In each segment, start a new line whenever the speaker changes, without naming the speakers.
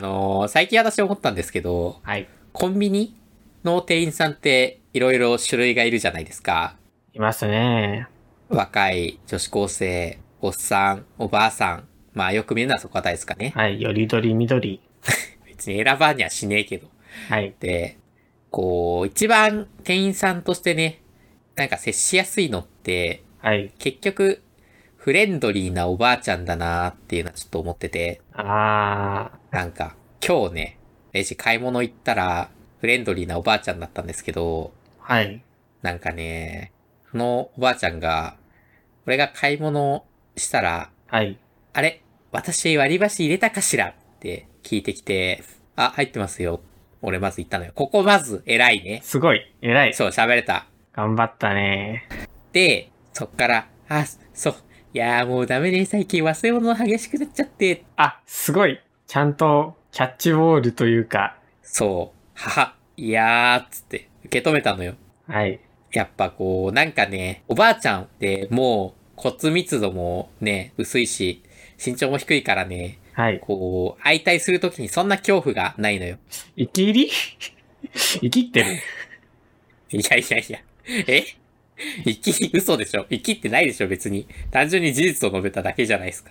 の、最近私思ったんですけど、
はい。
コンビニの店員さんっていろいろ種類がいるじゃないですか。
いますね。
若い女子高生、おっさん、おばあさん。まあよく見るのはそこあたりですかね。
はい。よりどりみどり。
別に選ばんにはしねえけど。
はい。
で、こう、一番店員さんとしてね、なんか接しやすいのって、
はい。
結局、フレンドリーなおばあちゃんだなーっていうのはちょっと思ってて。
あ
なんか、今日ね、レジ買い物行ったら、フレンドリーなおばあちゃんだったんですけど、
ー。はい。
なんかね、そのおばあちゃんが、俺が買い物したら、
はい。
あれ私割り箸入れたかしらって聞いてきて、あ、入ってますよ。俺まず言ったのよ。ここまず偉いね。
すごい。偉い。
そう、喋れた。
頑張ったね。
で、そっから、あ、そう、いやーもうダメね、最近忘れ物激しくなっちゃって。
あ、すごい。ちゃんとキャッチボールというか。
そう、はは、いやーっつって受け止めたのよ。
はい。
やっぱこう、なんかね、おばあちゃんってもう骨密度もね、薄いし、身長も低いからね、
はい。
こう、相対するときにそんな恐怖がないのよ。
生き入り 生きってる。
いやいやいや、え生き、嘘でしょ生きってないでしょ別に。単純に事実を述べただけじゃないですか。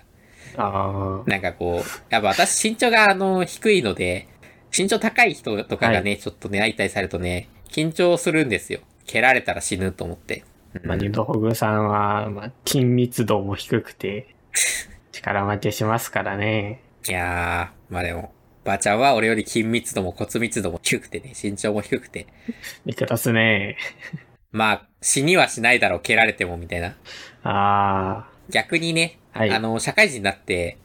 あ
なんかこう、やっぱ私身長があの、低いので、身長高い人とかがね、ちょっとね、相対されるとね、緊張するんですよ。蹴られたら死ぬと思って。
ー。まあ、ニドホグさんは、まあ、筋密度も低くて、力負けしますからね。
いやー、まあでも、ばあちゃんは俺より筋密度も骨密度も低くてね、身長も低くて。
見下すね。
まあ、死にはしないだろう、蹴られてもみたいな。
あ
逆にね、
ー。はい。
あの、社会人になって、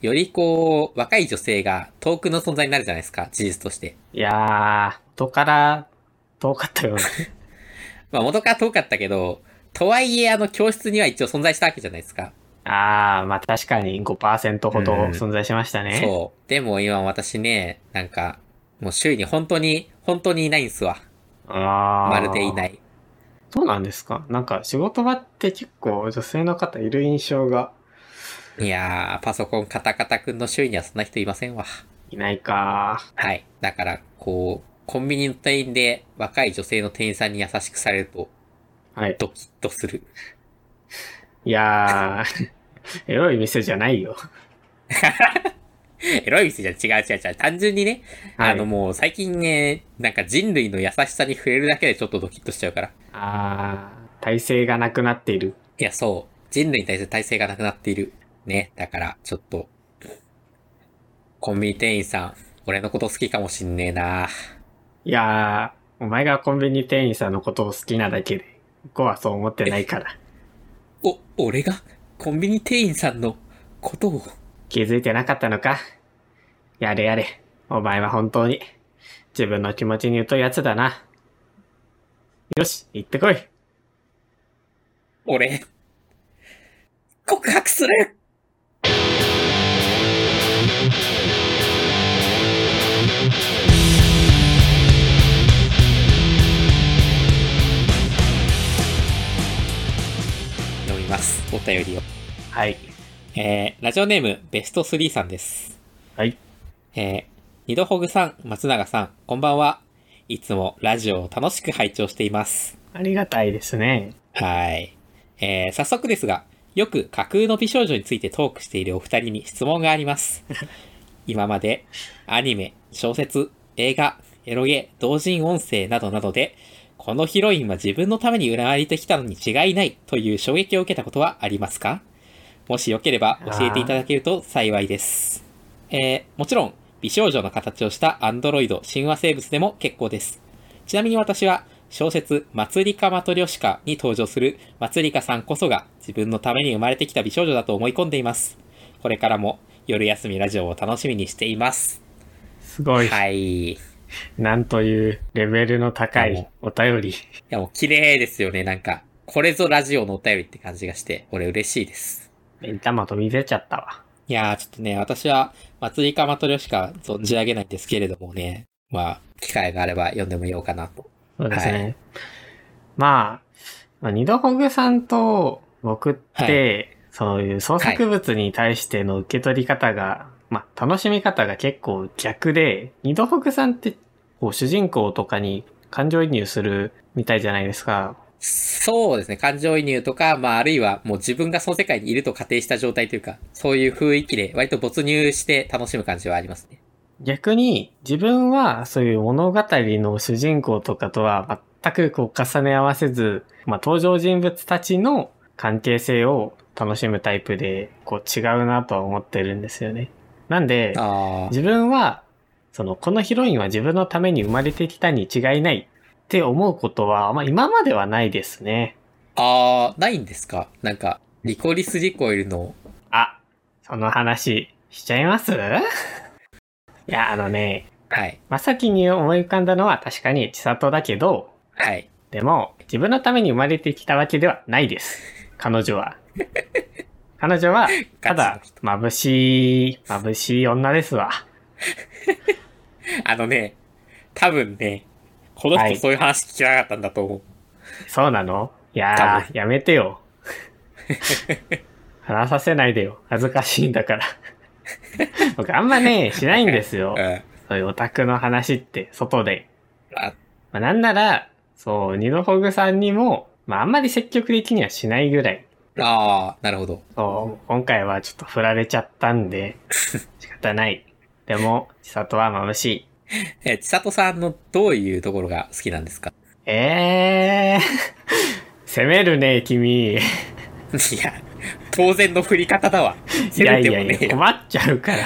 よりこう、若い女性が遠くの存在になるじゃないですか、事実として。
いやー、元から遠かったよね。
まあ元から遠かったけど、とはいえあの教室には一応存在したわけじゃないですか。
あー、まあ確かに5%ほど
うん
存在しましたね。
そう。でも今私ね、なんか、もう周囲に本当に、本当にいないんすわ。
あー。
まるでいないい。
そうなんですかなんか仕事場って結構女性の方いる印象が
いやー、パソコンカタカタくんの周囲にはそんな人いませんわ。
いないか。
はい。だから、こう、コンビニの店員で若い女性の店員さんに優しくされると、
はい。
ドキッとする。
いやー、 エロい店じゃないよ。
エロい店じゃ違う違う違う。単純にね、
はい
あのもう最近ね、なんか人類の優しさに触れるだけでちょっとドキッとしちゃうから。
あー、体制がなくなっている。
いや、そう。人類に対する体制がなくなっている。ね。だから、ちょっと、コンビニ店員さん、俺のこと好きかもしんねえな。
いやー、お前がコンビニ店員さんのことを好きなだけで、僕はそう思ってないから。
お、俺がコンビニ店員さんのことを、
気づいてなかったのかやれやれ。お前は本当に、自分の気持ちに疎いやつだな。よし、行ってこい。
俺、告白する読みます。お便りを。
はい。
えー、ラジオネーム、ベスト3さんです。
はい。
えー、二度ほぐさん、松永さん、こんばんは。いつもラジオを楽しく拝聴しています。
ありがたいですね。
はい。えー、早速ですが、よく架空の美少女についてトークしているお二人に質問があります。今まで、アニメ、小説、映画、エロゲ、同人音声などなどで、このヒロインは自分のために占われてきたのに違いないという衝撃を受けたことはありますかもしよければ教えていただけると幸いです。えー、もちろん、美少女の形をしたアンドロイド、神話生物でも結構です。ちなみに私は小説「まつりかマトリョシカ」に登場するまつりかさんこそが自分のために生まれてきた美少女だと思い込んでいます。これからも夜休みラジオを楽しみにしています。
すごい。
はい。い
なんというレベルの高いお便り。
やもう綺麗ですよね。なんか、これぞラジオのお便りって感じがして、俺嬉しいです。
目ん玉飛び出ちゃったわ。
いやーちょっとね、私はまつりかマトリョシカ存じ上げないんですけれどもね、まあ、機会があれば読んでみようかなと。
そうですね。
は
まあ、まあ、二度ほぐさんと僕って、
は
そういう創作物に対しての受け取り方がまあ、楽しみ方が結構逆で、二度福さんって、こう、主人公とかに感情移入するみたいじゃないですか。
そうですね。感情移入とか、まあ、あるいはもう自分がその世界にいると仮定した状態というか、そういう雰囲気で割と没入して楽しむ感じはありますね。
逆に、自分はそういう物語の主人公とかとは全くこう重ね合わせず、まあ、登場人物たちの関係性を楽しむタイプで、こう違うなとは思ってるんですよね。なんで、
ああ。
自分は、その、このヒロインは自分のために生まれてきたに違いないって思うことは、まあ今まではないですね。
ああ、ないんですかなんか、リコリスリコイルの、
あ、その話しちゃいます いや、あのね、
はい、
真っ先に思い浮かんだのは確かに千里だけど、
はい。
でも、自分のために生まれてきたわけではない です。彼女は。彼女は、ただ、眩しい、眩しい女ですわ。
あのね、多分ね、この
はい
人そういう話聞きなかったんだと思う。
そうなのいやー、やめて よ。話させないでよ。恥ずかしいんだから。僕あんまね、しないんですよ。
うん。
そういうオタクの話って、外で。
あ
まあ、なんなら、そう、ニノホグさんにも、まああんまり積極的にはしないぐらい。
あー、なるほど。
そう、今回はちょっと振られちゃった んで、仕方ない。でも、千里は眩しい。
え、千里さんのどういうところが好きなんですか
えー、 攻めるね、君。
いや、当然の振り方だわ。
い
せ
や
め
い
ても
や
ね、
いや、困っちゃうから。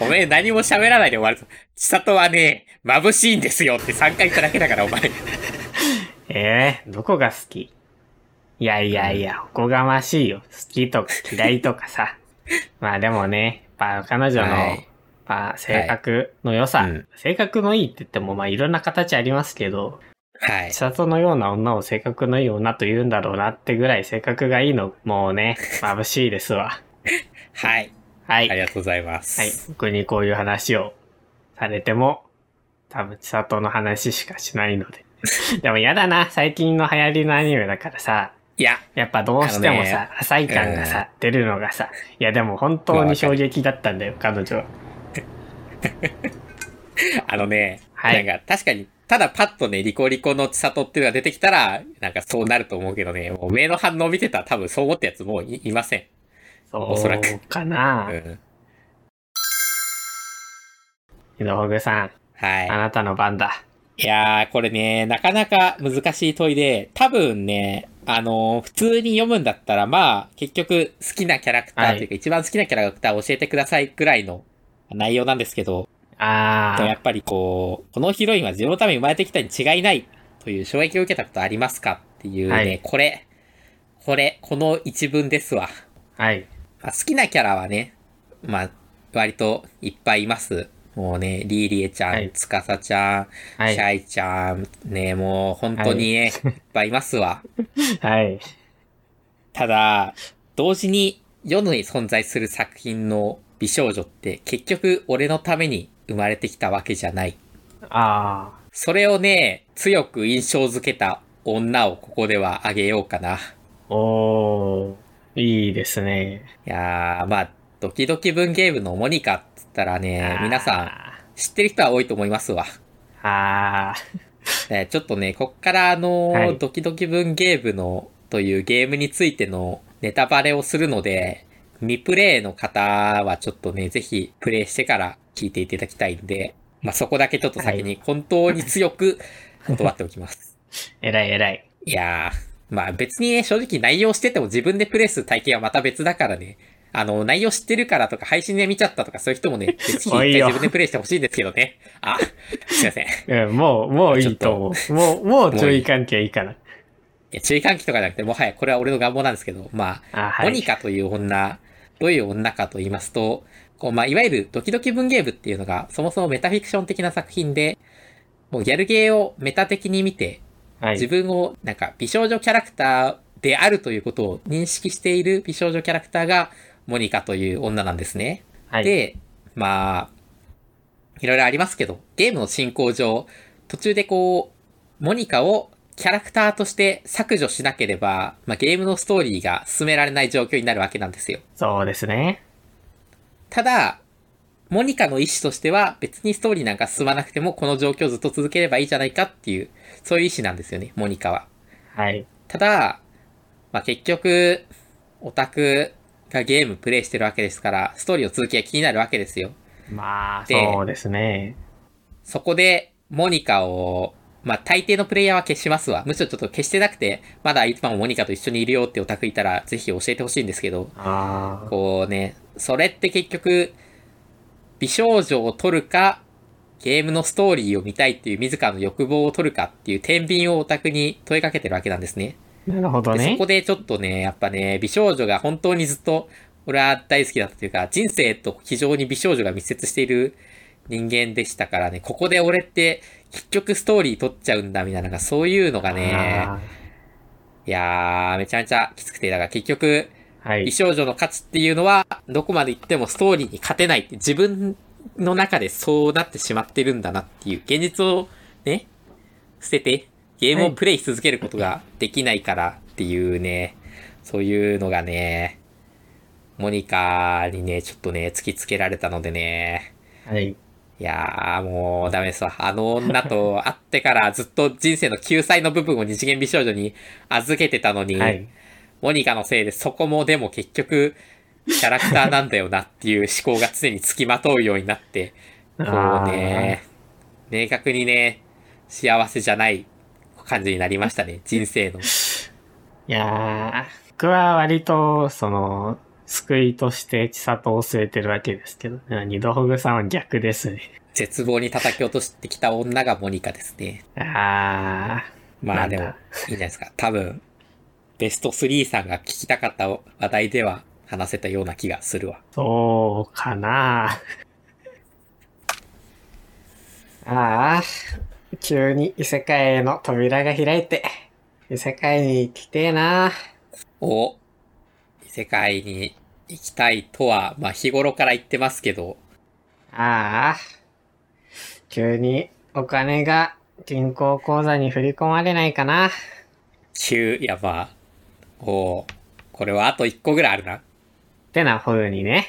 おめえ何も喋らないで終わるぞ。千里はね、眩しいんですよって3回言っただけだから、お前。
ええどこが好きいやいやいや、おこがましいよ。好きとか嫌いとかさ。 まあでもね、やっぱ彼女の、
はい
まあ性格の良さ、
はいうん
性格のいいって言ってもまあいろんな形ありますけど、
はい
千。里のような女を性格のいい女と言うんだろうなってぐらい性格がいいの、もうね、 眩しいですわ。
はい。
はい。
あ
はい
り。がとうございます。
僕にこういう話をされても、多分千里の話しかしないので。 でも嫌だな、最近の流行りのアニメだからさ、
いや、
やっぱどうして
あ
も
の
さ、浅い感がさ、出るのがさ、いやでも本当に衝撃だったんだよ、彼女は。
あのね、
はい
なんか確かに、ただパッとね、リコリコの千里っていうのが出てきたら、なんかそうなると思うけどね、もう目の反応見てたら多分そう思ったやつもういいません。
そう
おそらく
か
う
な。
ん。
井戸ほぐさん、あ
は
なたの番だ。
い。いやー、これね、なかなか難しい問いで、多分ね、あのー普通に読むんだったら、まあ、結局好きなキャラクターというか、一番好きなキャラクター教えてくださいぐらいの内容なんですけど、
あ
でもや
ー、
っぱりこう、このヒロインは自分のために生まれてきたに違いないという衝撃を受けたことありますかっていうね、
はい
これ、これ、この一文ですわ。
はい。
まあ、好きなキャラはね、まあ、割といっぱいいます。もうね、リーリエちゃん、
はい
つかさちゃん、
は
シ
い。
ャイちゃん、ね、もう本当にね、い、っぱいいますわ。
はい。
ただ、同時に世に存在する作品の美少女って結局俺のために生まれてきたわけじゃない。
あ
それをね、強く印象づけた女をここではあげようかな。い
ー、おー、いいですね。
やー、まあ、ドキドキ文芸部のモニカっつったらね、皆さん知ってる人は多いと思いますわ。
ん。あ
ねちょっとね、こっからあのー
はい
ドキドキ文芸部のというゲームについてのネタバレをするので、未プレイの方はちょっとね、ぜひプレイしてから聞いていただきたいんで、まあ、そこだけちょっと先に本当に強く断っておきます。
ー、えらいえらい。
いやー、まあ別にね、正直内容してても自分でプレイする体験はまた別だからね。あの、内容知ってるからとか、配信で見ちゃったとか、そういう人もね、 別に一
お
回
いよ
自分でプレイしてほしいんですけどね。あ、すいません。い
うん、もう、もういいと思う。もう、もう注意関係いいかな。
や注意喚起とかじゃなくて、もはやこれは俺の願望なんですけど、まあ、
あ、は
モ
い
ニ。カという女、どういう女かと言いますと、こう、まあ、いわゆるドキドキ文芸部っていうのが、そもそもメタフィクション的な作品で、もうギャルゲーをメタ的に見て、
は
自
い。
分をなんか美少女キャラクターであるということを認識している美少女キャラクターがモニカという女なんですね。
はい。
で、まあ、いろいろありますけど、ゲームの進行上、途中でこう、モニカをキャラクターとして削除しなければ、まあ、ゲームのストーリーが進められない状況になるわけなんですよ。
そうですね。
ただ、モニカの意思としては別にストーリーなんか進まなくてもこの状況ずっと続ければいいじゃないかっていう、そういう意思なんですよね、モニカは。
はい。
ただ、まあ、結局、オタクがゲームプレイしてるわけですから、ストーリーの続きが気になるわけですよ。
まあ、
で
そうですね。
そこで、モニカを、まあ、大抵のプレイヤーは消しますわ。むしろちょっと消してなくて、まだいつもモニカと一緒にいるよってオタクいたら、ぜひ教えてほしいんですけど、
あ
こうね、それって結局、美少女を取るか、ゲームのストーリーを見たいっていう自らの欲望を取るかっていう天秤をオタクに問いかけてるわけなんですね。
あ、なるほど
でそ
ね
こ。でちょっとね、やっぱね、美少女が本当にずっと、俺は大好きだったというか、人生と非常に美少女が密接している人間でしたからね、ここで俺って結局ストーリー取っちゃうんだみたいな、なんかそういうのがね、
あ
いやー、めちゃめちゃきつくて、だから結局、
ーは
美
い。
少女の価値っていうのは、どこまで行ってもストーリーに勝てないって自分の中でそうなってしまってるんだなっていう、現実をね、捨てて、ゲームをプレイし続けることができないからっていうね、そういうのがね、モニカにね、ちょっとね、突きつけられたのでね、
はい。
いやーもうダメですわ。あの女と会ってからずっと人生の救済の部分を二次元美少女に預けてたのに、
はい。
モニカのせいでそこもでも結局、キャラクターなんだよなっていう思考が常につきまとうようになって、こ
あ
う
ー
ね、明確にね、幸せじゃない感じになりましたね、人生の。
いやー、僕は割と、その、救いとして千里を据えてるわけですけど、二度ほぐさんは逆ですね。
絶望に叩き落としてきた女がモニカですね。
あ
ま
な
あ
んだ
でも、いいんじゃないですか。多分、ベスト3さんが聞きたかった話題では話せたような気がするわ。
ー、そうかなああ、急に異世界への扉が開いて、異世界に行きてえな
を異世界に行きたいとは、まあ日頃から言ってますけど、
ああ、急にお金が銀行口座に振り込まれないかな。
急、いやば。おうこれはあと1個ぐらいあるな。
ってな風にね。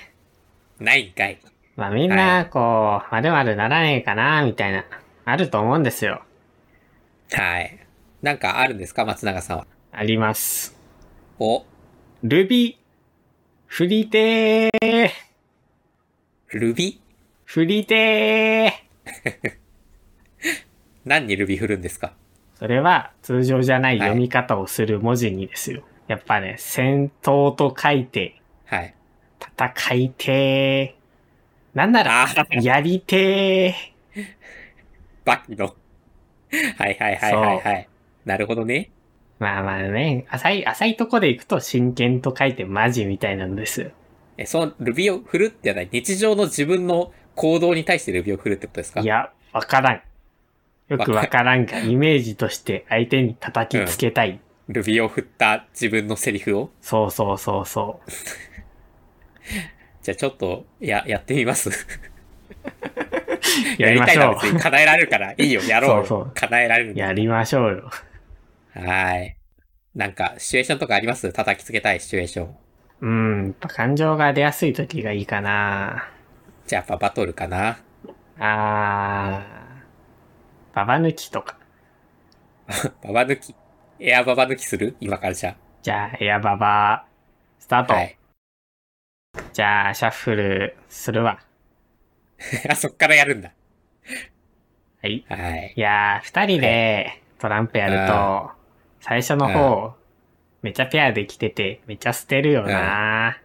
ないんかい。
まあみん
は
な、こう、まるまるならねえかな、みたいな、あると思うんですよ。
はい。なんかあるんですか松永さんは。
あります。
お、
Ruby、振りてー、
ルビ
振りてー。
何にルビ振るんですか
それは通常じゃない
はい
読み方をする文字にですよ。やっぱね、戦闘と書いて、
はい。
戦いてー。なんなら、
ああ、
やりてー。
バキの。 はいはいはいはいはい。なるほどね。
まあまあね、浅い、浅いとこで行くと真剣と書いてマジみたいなんですよ。
え、そのルビを振るってない日常の自分の行動に対してルビを振るってことですか
いや、わからん。よくわからんが、イメージとして相手に叩きつけたい。
ルビを振った自分のセリフを
そうそうそうそう。
じゃあちょっと、や、やってみます。
やりま し
や
ょ
りたいな別に叶えられるから、いいよ、やろうよ。
そうそう
叶えられるん
う。
だ
やりましょうよ。
はい。なんか、シチュエーションとかあります叩きつけたいシチュエーション。
うん、やっぱ感情が出やすい時がいいかな。
じゃあ、やっぱバトルかな。
あー、ババ抜きとか。
ババ抜き。エアババ抜きする今からじゃ
じゃあ、エアババ、スター
あ。
ト。
はい。
じゃあ、シャッフルするわ。
あ、そっからやるんだ。
はい。
はい。
いやー、二人でトランプやると、最初の方、めちゃペアできてて、めちゃ捨てるよな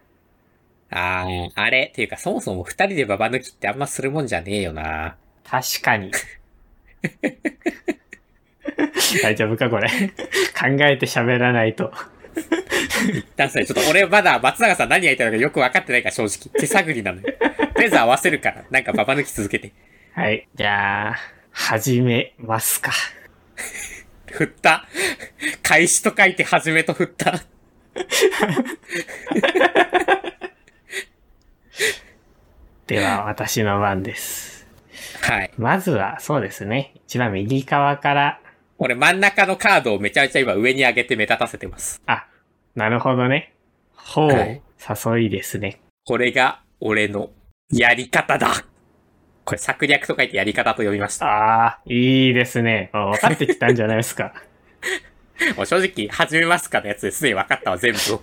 あー、あれっていうか、そもそも二人でババ抜きってあんまするもんじゃねえよな。
確かに。 大丈夫かこれ。考えて喋らないと。
ダンスちょっと俺まだ松永さん何やりたいのかよく分かってないから正直。手探りなのよ。とりあえず合わせるから。なんかババ抜き続けて。
はい。じゃあ、始めますか。
振った。開始と書いて始めと振った。
では、私の番です。
はい。
まずは、そうですね。一番右側から。
俺真ん中のカードをめちゃめちゃ今上に上げて目立たせてます。
あ、なるほどね。ほう、
はい
誘いですね。
これが俺のやり方だこれ策略と書いてやり方と呼びました。
ああ、いいですね。あ分かってきたんじゃないですか。
もう正直、始めますかのやつですでに分かったわ、全部を。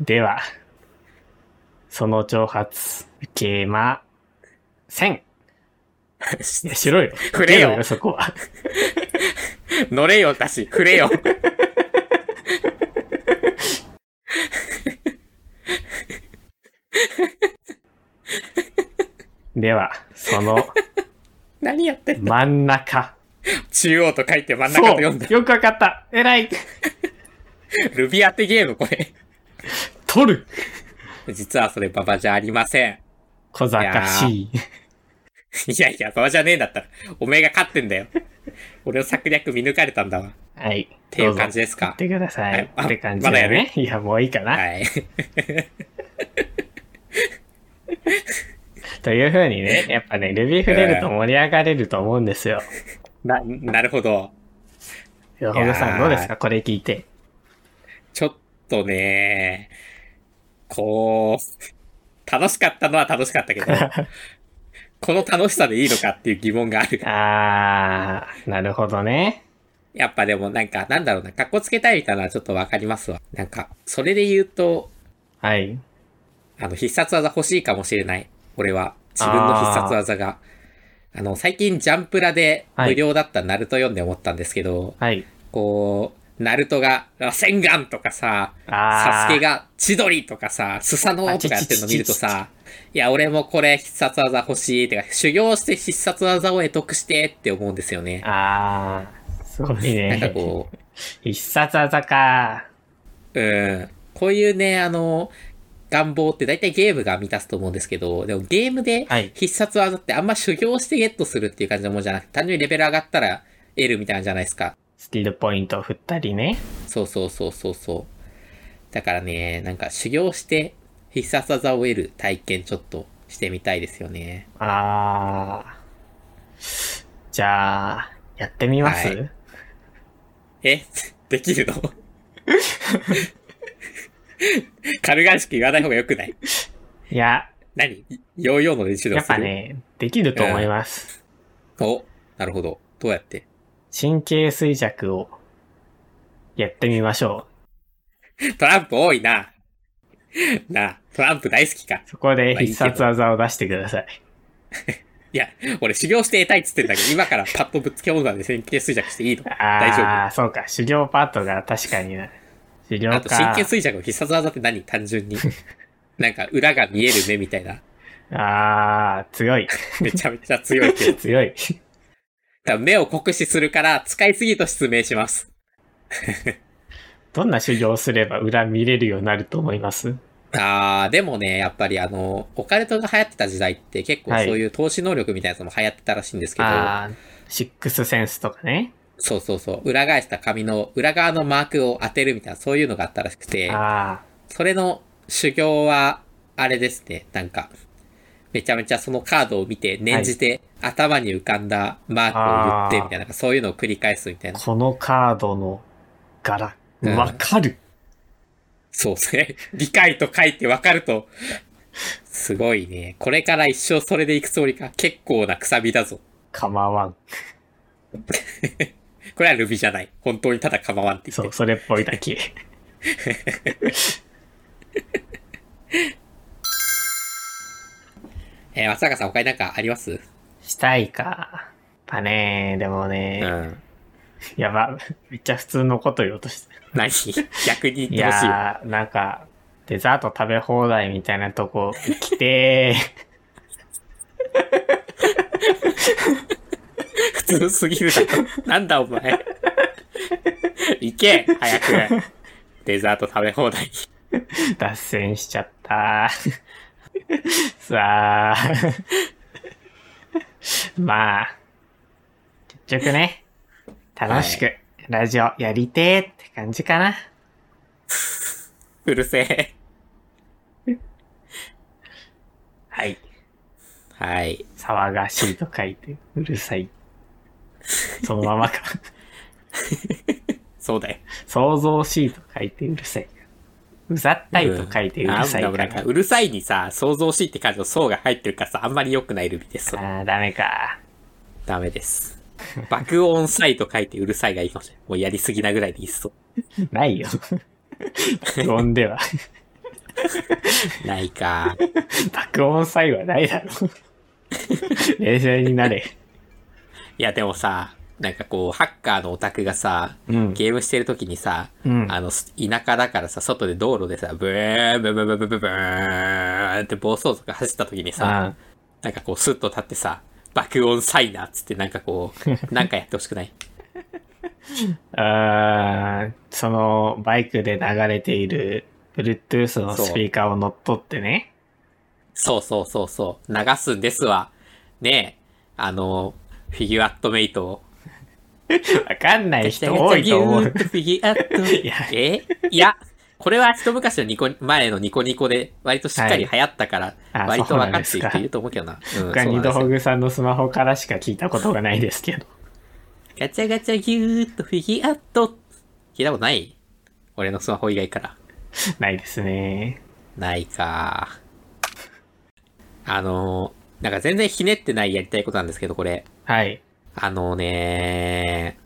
では、その挑発、受けま、せん。いや、しろよ。
触れよ
受けろそこは。
乗れよだし、触れよ。
では、その
何やってんの
真ん中。
中央と書いて真ん中と
そ
読んだ
う。。よくわかった。えらい。
ルビアテゲーム、これ。
取る。
実はそれ、ババじゃありません。
小賢しい。
いやいや、ババじゃねえんだったら、おめえが勝ってんだよ。俺の策略見抜かれたんだわ。っ
はい。って
いう感じですか
っ。てください。
はい
って感じ
まだ
だ
やる
ね。いや、もういいかな。
はい。
というふうにね、やっぱね、ルビー触れると盛り上がれると思うんですよ。
な、なるほど。
ほど
いや
さ
ー
ん、どうですかこれ聞いて。
ちょっとね、こう、楽しかったのは楽しかったけど、この楽しさでいいのかっていう疑問がある。
あー、なるほどね。
やっぱでもなんか、なんだろうな、格好つけたいみたいなのはちょっとわかりますわ。なんか、それで言うと、
はい。
あの、必殺技欲しいかもしれない。俺は。自分の必殺技が。あの、最近ジャンプラで無料だったナルト読んで思ったんですけど、
はい。
こう、ナルトが、あ洗顔とかさ、サ
あー。
スケが千鳥とかさ、スサノオとかやってるの見ると
あ
さ、いや、俺もこれ必殺技欲しい、てか、修行して必殺技を得得してって思うんですよね。
あー、すごい
なんか
ね。
こう、
必殺技か。
うん。こういうね、あの、願望って大体ゲームが満たすと思うんですけど、でもゲームで
はい
必殺技ってあんま修行してゲットするっていう感じのもんじゃなくて、単純にレベル上がったら得るみたいなんじゃないですか。
スキルポイントを振ったりね。
そうそうそうそうそう。だからね、なんか修行して必殺技を得る体験ちょっとしてみたいですよね。
あー。じゃあ、やってみます、
はいえ できるの軽々しく言わない方が良くない
いや、
何ヨーヨーの練習でも
やっ
する
ぱね、できると思います。
お、なるほど。どうやって
神経衰弱を、やってみましょ
トランプ多いな。なあ、トランプ大好きか
う。。そこで
まあいい
必
けど
殺技を出してください。
いや、俺修行して得たいっつってんだけど、今からパッとぶっつけ本山で神経衰弱していいの大
あ
丈
あ、そうか。修行パートが確かにな。修行
夫
か。
あと神経衰弱の必殺技って何単純に。なんか裏が見える目みたいな。
ああ、強い。
めちゃめちゃ強いけど。
強い。
多分目を酷使するから使いすぎと失明します。
どんな修行をすれば裏見れるようになると思います
あー、でもね、やっぱりあの、オカルトが流行ってた時代って結構そういう投資能力みたいなやつも流行ってたらしいんですけど、
ああ、シックスセンスとかね。
そうそうそう、裏返した紙の裏側のマークを当てるみたいなそういうのがあったらしくて、
あ
それの修行は、あれですね、なんか、めちゃめちゃそのカードを見て、念じて、頭に浮かんだマークを言って、みたいな、なんかそういうのを繰り返すみたい
あ、
な。
このカードの柄、
うん
わかる。
そうですね。 理解と書いてわかると、すごいね。これから一生それで行くつもりか。結構なくさびだぞ。
構わん。
これはルビじゃない。本当にただ構わんって言
そ
っ
う、
て。
それっぽいだ け。
えー、松坂さん他になんかあります
したいか。やっぱね、でもね、
ん。
やば、めっちゃ普通のこと言おうとして。
何 逆に言っ
い
てほしいわ。
やー、なんか、デザート食べ放題みたいなと こ来て、
普通すぎるだろ。なんだお 前。行け早く。デザート食べ放題。
脱線しちゃった。さあ。 まあ、結局ね、楽しくラジオやりてーって感じかな。
うるせえ。
はい。
はい。
騒がしいと書いて、うる さい。そのままか。
そうだよ。
想像しいと書いてうるさい。うざったいと書いてうるさい
あで
か
もなん
ら
か、。うるさいにさ、想像しいって感じの層が入ってるからさ、あんまり良くないルビです。
ああ、ダメか。
ダメです。爆音サイと書いてうるさいがいいかもしれない。もうやりすぎなぐらいでいいっそ。
ないよ。爆音では。
ないか。
爆音さえはないだろ。冷静になれ。
いや、でもさ、なんかこう、ハッカーのオタクがさ、
うん。
ゲームしてる時にさ、
うん
あの、す田舎だからさ、外で道路でさ、ブーン、ブーンブーンブーンブーンブーンって暴走族走った時にさ、
あ
なんかこう、スッと立ってさ、爆音サイナーっつってなんかこう、なんかやってほしくない
あー、そのバイクで流れている Bluetooth のスピーカーを乗っ取ってね。
そうそうそうそう。流すんですわ。ねえ。あの、フィギュアットメイトを。
わかんない人多いと思
フ
う。
ィギュアットメイ
いや
ト。え いや、これは一昔のニコニ前のニコニコで割としっかり流行った から、
はいあ
割と
そうな
分
ん
か
で
って
す
い
か
る人いると思うけどな。うん、
僕はニド
そうなんです
ホ
よ
グさんのスマホからしか聞いたことがないですけど。
ガチャガチャギューっとフィギュアット。聞いたことない俺のスマホ以外から。
ないですね。
ないか。あのー、なんか全然ひねってないやりたいことなんですけど、これ。
はい。
あのね、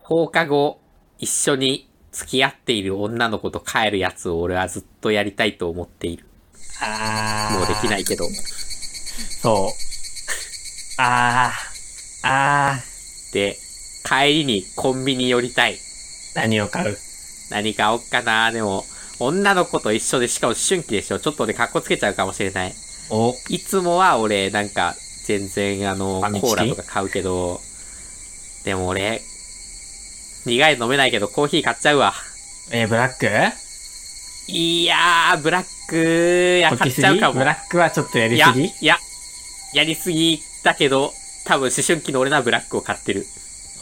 放課後、一緒に付き合っている女の子と帰るやつを俺はずっとやりたいと思っている。
あ。
もうできないいけど。
そう。ああ。ああ。
で、帰りにコンビニ寄りたい。
何を買う
何買おっかなでも、女の子と一緒で、しかも春季でしょちょっと俺格好つけちゃうかもしれない。
お、
いつもは俺、なんか、全然あの、
ファミチキ
コーラとか買うけど、でも俺、苦いの飲めないけどコーヒー買っちゃうわ。
えーブラック
いやー、ブラック、いや、
溶
買
き
っ
す
ちゃう
ぎ
かも。
ブラックはちょっとや
い
り
や、
すぎ
いや、やりすぎだけど、多分思春期の俺ならブラックを買ってる。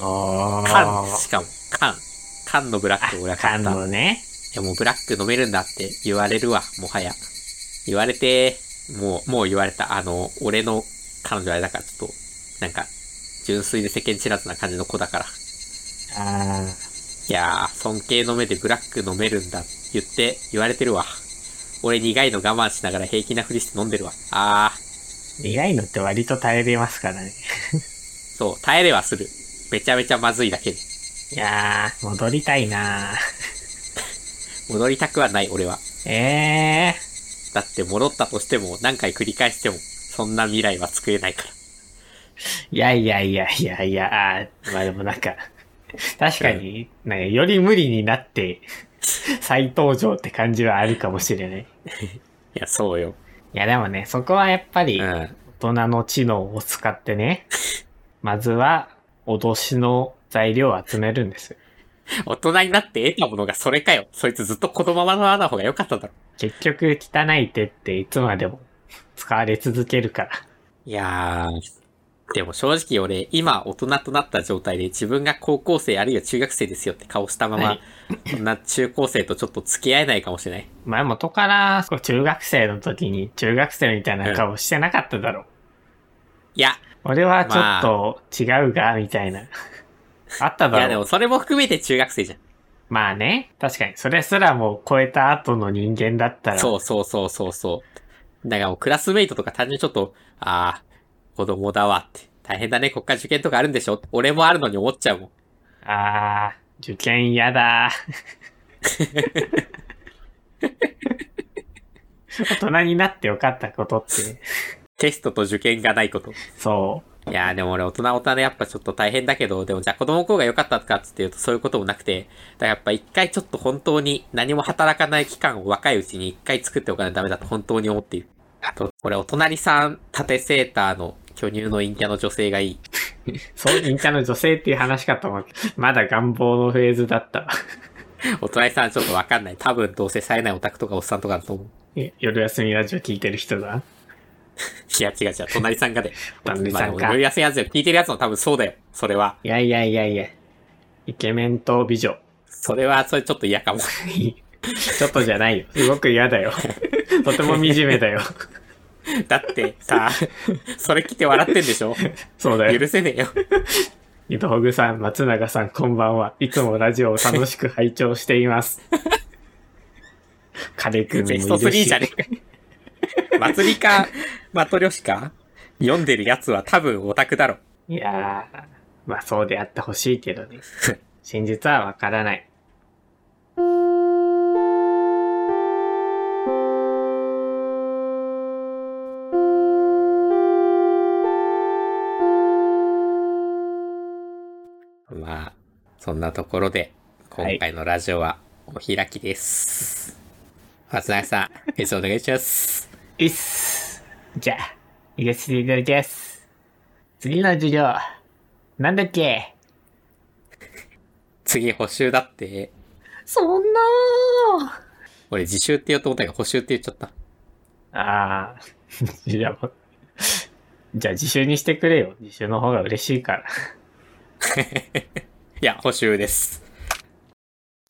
お
缶、
ー
しかも、缶。缶のブラックを俺は買
缶
った。い
のね。
や、もうブラック飲めるんだって言われるわ、もはや。言われて、もう、もう言われた。あの、俺の彼女はあれだから、ちょっと、なんか、純粋で世間知らずな感じの子だから。
あ
いやー、尊敬の目でブラック飲めるんだって言って、言われてるわ。俺苦いの我慢しながら平気なふりして飲んでるわ。あー、
ー苦いのって割と耐えれますからね。
そう、耐えれはする。めちゃめちゃまずいだけで。
いやー、戻りたいな
戻りたくはない、俺は。
ー。え
だって戻ったとしても、何回繰り返しても、そんな未来は作れないから。
ー。いやいやいやいやいや、あーまあでもなんか、確かに、ね、より無理になって、再登場って感じはあるかもしれない。い
いや、そうよ。
やでもね、そこはやっぱり、
うん。
大人の知能を使ってね、まずは、脅しの材料を集めるんですよ。
大人になって得たものがそれかよ。そいつずっとこのままの穴の方が良かっただろ。
結局、汚い手っていつまでも使われ続けるから。
いやー。でも正直俺、今大人となった状態で自分が高校生あるいは中学生ですよって顔したまま、
はい
そんな中高生とちょっと付き合えないかもしれない。
前元から、こう中学生の時に中学生みたいな顔してなかっただろう。
いや、
俺はちょっと違うが、みたいな。あった
い
だ
やで
ろう。
もそれも含めて中学生じゃん。
まあね、確かに、それすらも超えた後の人間だったら、
そうそうそうそうそう。だからもうクラスメイトとか単純にちょっと、ああ、子供だわって。大変だね、国家受験とかあるんでしょ俺もあるのに思っちゃうもん。
あー、受験嫌だ。大人になってよかったことって、
テストと受験がないこと。
そ
いやーでも俺大人大人でやっぱちょっと大変だけど、でもじゃあ子供の方が良かったかっつって言うとそういうこともなくて、だからやっぱ一回ちょっと本当に何も働かない期間を若いうちに一回作っておかないとダメだと本当に思っている。あと、俺お隣さん、縦セーターの巨乳の陰キャの女性がいい。
う、そう、インタの女性っていう話かと思って、まだ願望のフェーズだったわ。
お隣さんちょっとわかんない。多分どうせ冴えないオタクとかおっさんとかだと思う。
え夜休みラジオ聞いてる人だ。
いや違う違う、隣さんがで。
隣さんか
まあでも夜休みやつよ。聞いてるやつも多分そうだよ。それは。
いやいやいやいや。イケメンと美女。
それは、それちょっと嫌かも。
ちょっとじゃないよ。すごく嫌だよ。とても惨めだよ。
だってさ、それ来て笑ってんでしょ
そうだよ
許。せねえよ。
井戸ほぐさん、松永さん、こんばんは。いつもラジオを楽しく拝聴しています。壁くんもい
ベ
る
ス
し。
ト3じゃねえか。祭りか、マトリョシカ読んでるやつは多分オタクだろ。
いやー、まあそうであってほしいけどね。真実はわからない。
まあ、そんなところで、今回のラジオはお開きです。松永さん、フェスお願いします。
うっす。じゃあ、行かせていただきます。次の授業、なんだっけ
次補習だって、
そんな
俺自習って言おうと思ったけど補習って言っちゃった。
ーあー、 いや、もうじゃあ自習にしてくれよ。自習の方が嬉しいから。
いや、補習です。